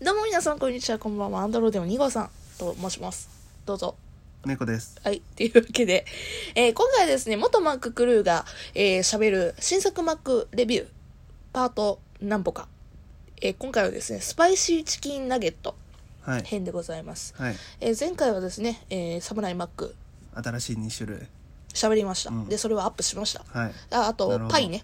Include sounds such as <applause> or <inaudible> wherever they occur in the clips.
どうも皆さんこんにちはこんばんはアンドロデオ2号さんと申しますどうぞ猫です。はいというわけで、えー今回はですね元マッククルーがえー喋、る新作マックレビューパート何歩か、えー今回はですねスパイシーチキンナゲットはい。編でございます、はい。えー前回はですね、えー、サムライマック新しい2種類。喋りました、うんでそれはアップしましたはい。ああなとるほどパイね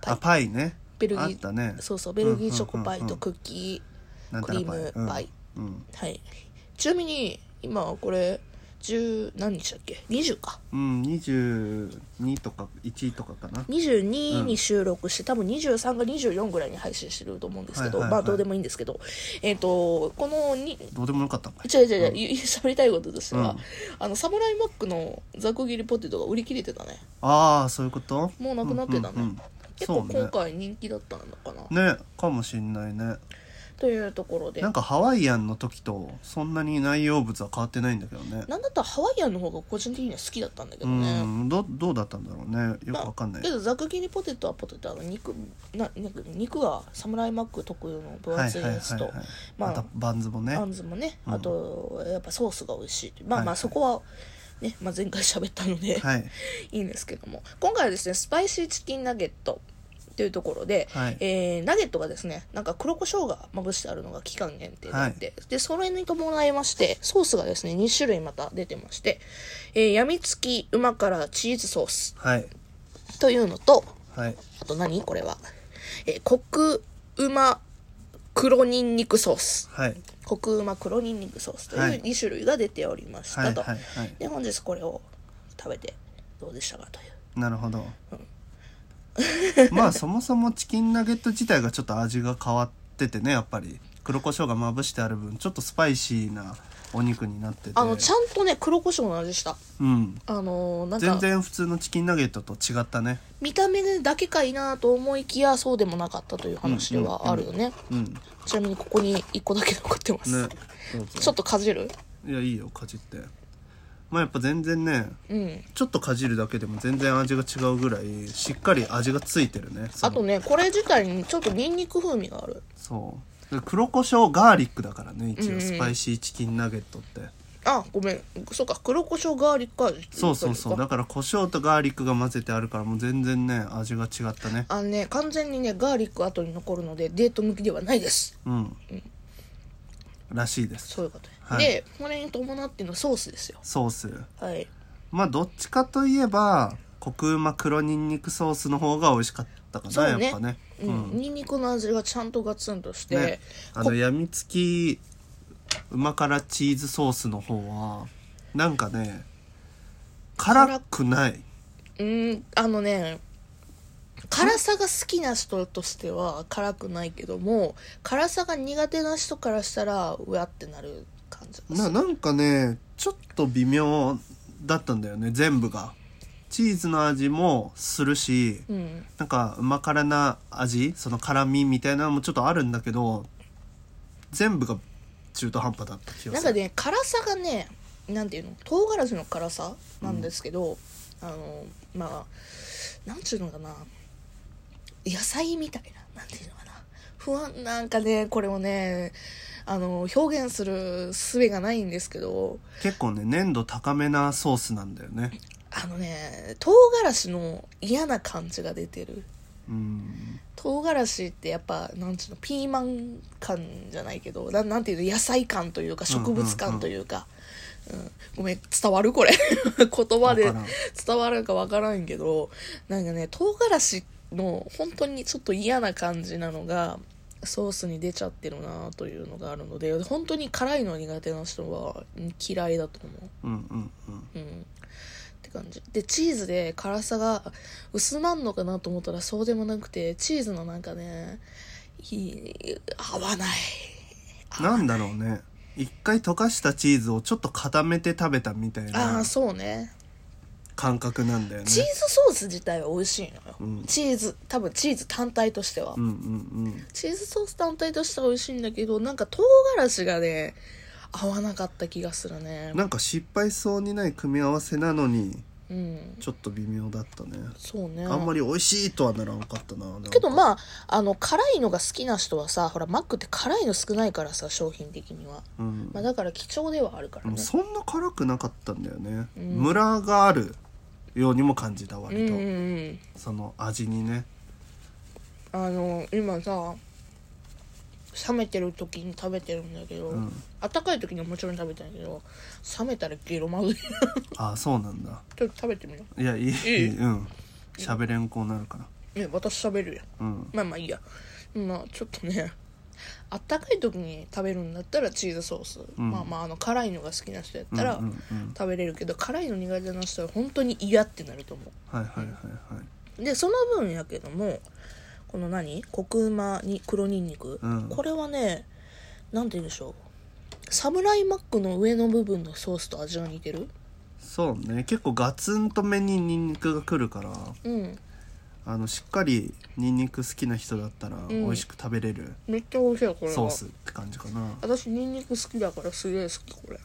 パイあ、パイね。ベルギーあったね。そうそうベルギーチョコパイうんうんうんとうんクッキなんークたリらームうんパイうん。はい。ちなみに、今これ、十、何日だっけ ?20 か。うん、22とか1とかかな。 22に収録して、多分23が24ぐらいに配信してると思うんですけど、はいはいはまあいどうでもいいんですけど、えっ、と、このに、どうでもよかったんかい違う違う違う、ゆ喋りたいこととしては、うんあの、サムライマックのザク切りポテトが売り切れてたね。ああ、そういうこともうなくなってたねうんうんうん結そ構う今ね。回人気だったのかな、ね、かもしんないね。というところで。なんかハワイアンの時とそんなに内容物は変わってないんだけどね。なんだったらハワイアンの方が個人的には好きだったんだけうどね。ん、どどうだったんだろうね。よくわかんないけ。どざく切りポテトはポテトは肉ななんか肉がサムライマック特有の分はい厚はいいはいやつとはい。まあまたバンズもね。あんずもね、うんあとやっぱソースが美味しいまあはいまはあいそこはね、まあ、前回喋ったので、はい。 <laughs> い、いんですけども今回はですねスパイシーチキンナゲットというところで、はいえーナゲットがですねなんか黒胡椒がまぶしてあるのが期間限定であって、でそれに伴いましてソースがですね2種類また出てまして、えー、やみつき旨辛チーズソースはい。というのとはい。あと何これは。えーコクうま黒ニンニクソース。はい。コクうま黒ニンニクソースとはいいう2種類が出ておりましはたい。と。はい。はい。で、本日これを食べてどうでしたかという。なるほどまあそもそもチキンナゲット自体がちょっと味が変わっててねやっぱり黒胡椒がまぶしてある分ちょっとスパイシーなお肉になっててあの、ちゃんとね、黒胡椒の味した。うんあのーな全んか、然普通のチキンナゲットと違ったね見た目だけかいなと思いきや、そうでもなかったという話ではあるよね。うんねちなみにここに1個だけ残ってます。どうぞちょっとかじるいやいいよかじってまあやっぱ全然ねうん。ちょっとかじるだけでも全然味が違うぐらいしっかり味がついてるねそあのとね、これ自体にちょっとニンニク風味がある。そうで黒胡椒ガーリックだからね一うんうん応スパイシーチキンナゲットって、あ、ごめん。そうか、黒胡椒ガーリック味って言ったそのかうそうそうだから胡椒とガーリックが混ぜてあるからもう全然ね味が違ったねあのね、完全にね、ガーリック後に残るので、デート向きではないです。うん、らしいですそういうことで。はいで、これに伴ってのソースですよ。ソースはい。まあどっちかといえばコクうま黒にんにくソースの方が美味しかったかそうな、ねやっぱねうん。ニンニクの味がちゃんとガツンとして、ねあのやみつきうま辛チーズソースの方はなんかね辛くないうーん、あのね、辛さが好きな人としては辛くないけども、辛さが苦手な人からしたら、うわってなる感じがすなる。なんかねちょっと微妙だったんだよね全部がチーズの味もするしうん。なんか旨辛な味その辛みみたいなのもちょっとあるんだけど全部が中途半端だった気がなんすかるね辛さがねなんていうの唐辛子の辛さなんですけど、あのまあなんちゅうのかな野菜みたいななんていうのかな不安なんかねこれをねあの表現する術がないんですけど結構ね粘度高めなソースなんだよねあのね唐辛子の嫌な感じが出てるうん唐辛子ってやっぱなんちゅうのピーマン感じゃないけどななんていうの野菜感というか植物感というか、うんごめん伝わるこれ <laughs> 言葉でわからん伝わるかわからんけどなんかね唐辛子の本当にちょっと嫌な感じなのがソースに出ちゃってるなというのがあるので本当に辛いの苦手な人はうん嫌いだと思ううんうんうんうんって感じでチーズで辛さが薄まんのかなと思ったらそうでもなくてチーズのなんかねいい合わないなんだろうね一回溶かしたチーズをちょっと固めて食べたみたいああなーそうね感覚なんだよねチーズソース自体は美味しいのよ、うんチーズ多分チーズ単体としては、うんうんうんチーズソース単体としては美味しいんだけどなんか唐辛子がね合わなかった気がするねなんか失敗そうにない組み合わせなのにうんちょっと微妙だったねそうねあんまり美味しいとはならんかったななんかけどまああの辛いのが好きな人はさほらマックって辛いの少ないからさ商品的には、うんまあ、だから貴重ではあるからもねうそんな辛くなかったんだよね、うんムラがあるようにも感じたうん割うんと、うんその味にねあの今さ冷めてる時に食べてるんだけど、うん温かい時にはもちろん食べてないけど冷めたらゲロま <laughs> ずいちあそうなんだょっと食べてみよいやいいいいうん喋れんこうなるからうね私喋るやんうんまあまあいいやまあちょっとねあったかい時に食べるんだったらチーズソース、うんまあまああの辛いのが好きな人やったらうんうんうん食べれるけど、辛いの苦手な人は本当に嫌ってなると思はいはいはいはいうでその分やけどもこの何コクうまに黒にんにくうんこれはねなんて言うんでしょうサムライマックの上の部分のソースと味が似てるそうね結構ガツンと目にニンニクがくるからうんあのしっかりニンニク好きな人だったらん美味しく食べれるめっちゃ美味しいよこれはソースって感じかな、私ニンニク好きだからすげえ好きこれ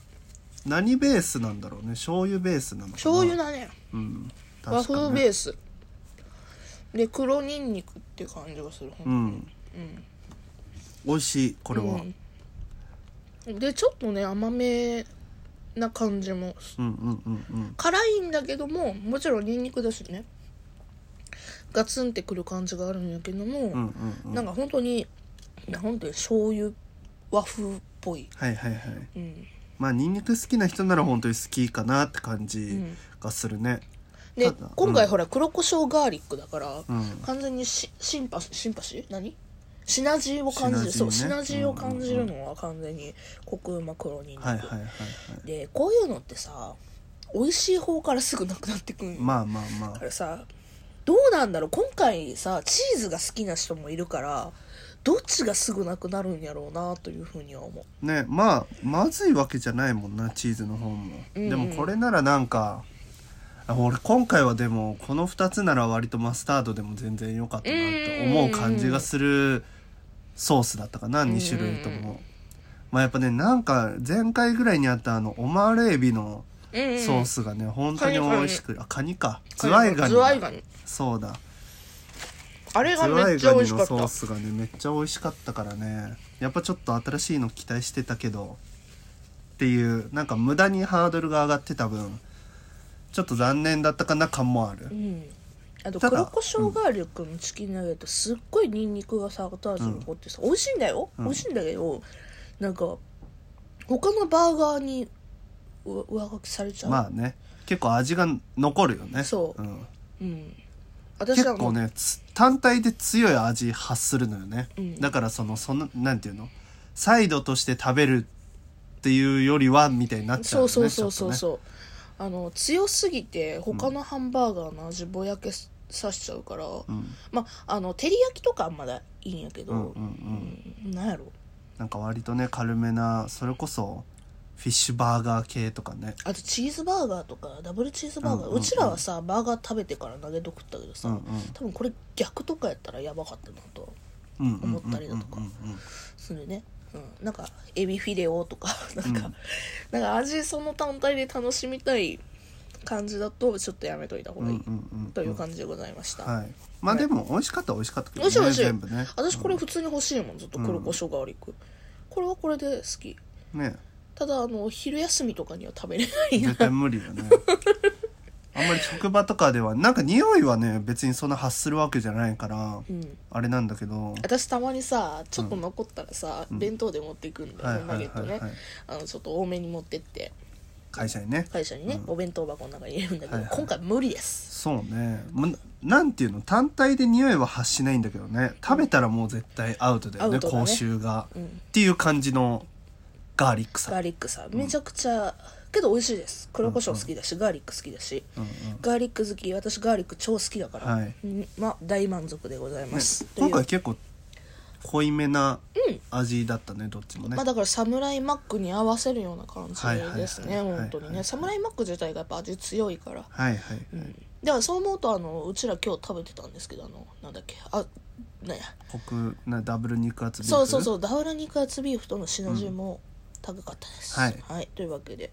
何ベースなんだろうね醤油ベースなのかな醤油だねうん和確かね風ベースで黒にんにくって感じがする、ほんとうん美味しいこれは、うん、うんでちょっとね甘めな感じもうんうんうん辛いんだけどももちろんにんにくだしねガツンってくる感じがあるんやけども、うんうんうんなんか本当に本当に醤油和風っぽい、はいはいはいうん、まあニンニク好きな人なら本当に好きかなって感じがするね、でただ今回ほら黒胡椒ガーリックだから、うん完全にしシンパシンパシー何シナジーを感じる、シそナジーねうシナジーを感じるのは完全にコクうま黒にんにく、はいはいはいはいでこういうのってさ美味しい方からすぐなくなってくるまあまあまだあからさどうなんだろう今回さチーズが好きな人もいるからどっちがすぐなくなるんやろうなというふうには思うねまあまずいわけじゃないもんなチーズの方も、うんうんでもこれならなんかあ俺今回はでもこの2つなら割とマスタードでも全然良かったなって思う感じがするソースだったかなうんうん2種類とも、まあやっぱねなんか前回ぐらいにあったあのオマールエビのうんソースがね、本当に美味しくあカニかズワイガニズワイガニそうだあれズがワめイっちゃガ美ニ味しかっのソーたスがねめっちゃ美味しかったからねやっぱちょっと新しいの期待してたけどっていうなんか無駄にハードルが上がってた分ちょっと残念だったかな感もあるうんあとただ黒胡椒ガーリックのチキンナゲットすっごいニンニクがさ後味残ってさ、美味しいんだよ、うん美味しいんだけどなんか他のバーガーにう上書きされちゃう、まあね結構味が残るよねそううん、うん私結はも構うねつ単体で強い味発するのよね、うんだからそのそのなんていうのサイドとして食べるっていうよりはみたいになっちゃうそうよねそうそうそうちょっそう、あの強すぎて他のハンバーガーの味ぼやけさしちゃうから、とねうんまああの照り焼きとかはまだいいんやけど、うんうんうんうんなんやろなんか割とね軽めなそれこそフィッシュバーガー系とかねあとチーズバーガーとかダブルチーズバーガー、ううんうんうんちらはさバーガー食べてから投げと食ったけどさ、うんうん多分これ逆とかやったらやばかったなとうん思ったりだとかうんうんうんするね、うん、なんかエビフィレオとか <laughs> なんか、うんなんか味その単体で楽しみたい感じだとちょっとやめといた方がいい、うんうんうんという感じでございました、はいまあでも美味しかったは美味しかったけ美ど味ねしい美味しい、全部ね私これ普通に欲しいもんずっと黒胡椒ガーリック、これはこれで好きねただあの昼休みとかには食べれないな絶対無理よ <laughs> ねあんまり職場とかではなんか匂いはね別にそんな発するわけじゃないからうんあれなんだけど私たまにさちょっと残ったらさ、弁当で持っていくんだはよ、いねはいはいはいナゲットね、あのちょっと多めに持ってって会社にね会社にね、お弁当箱の中に入れるんだけど、はいはい今回無理ですそうねもうなんていうの単体で匂いは発しないんだけどね食べたらもう絶対アウトだよアねウトだね口臭が、うんっていう感じのガーリックガさーリックさめちゃくちゃ、けど美味しいです黒胡椒好きだし、ガーリック好きだし、うんうんガーリック好き私ガーリック超好きだから、はいうんまあ大満足でございます、という今回結構濃いめな味だったね、どっちもね、まあ、だからサムライマックに合わせるような感じですね、はいはいはい本当にはいはねいサムライマック自体がやっぱ味強いから、はいはい、うんだからそう思うとあのうちら今日食べてたんですけどあのなんだっけあねコクなダブル肉厚ビーフそうそうそうダウラ肉厚ビーフとのシナジーも高かったです、はいというわけで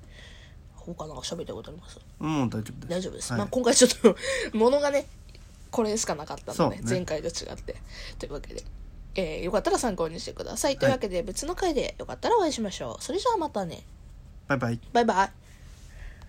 他なんか喋ったいことありますうん大丈夫です大丈夫です、はいまあ、今回ちょっと <laughs> ものがねこれしかなかったそのうで、ね前回と違ってというわけで、えーよかったら参考にしてくださいというわけで、別の回でよかったらお会いしましょうそれじゃあまたねバイバイバイバイ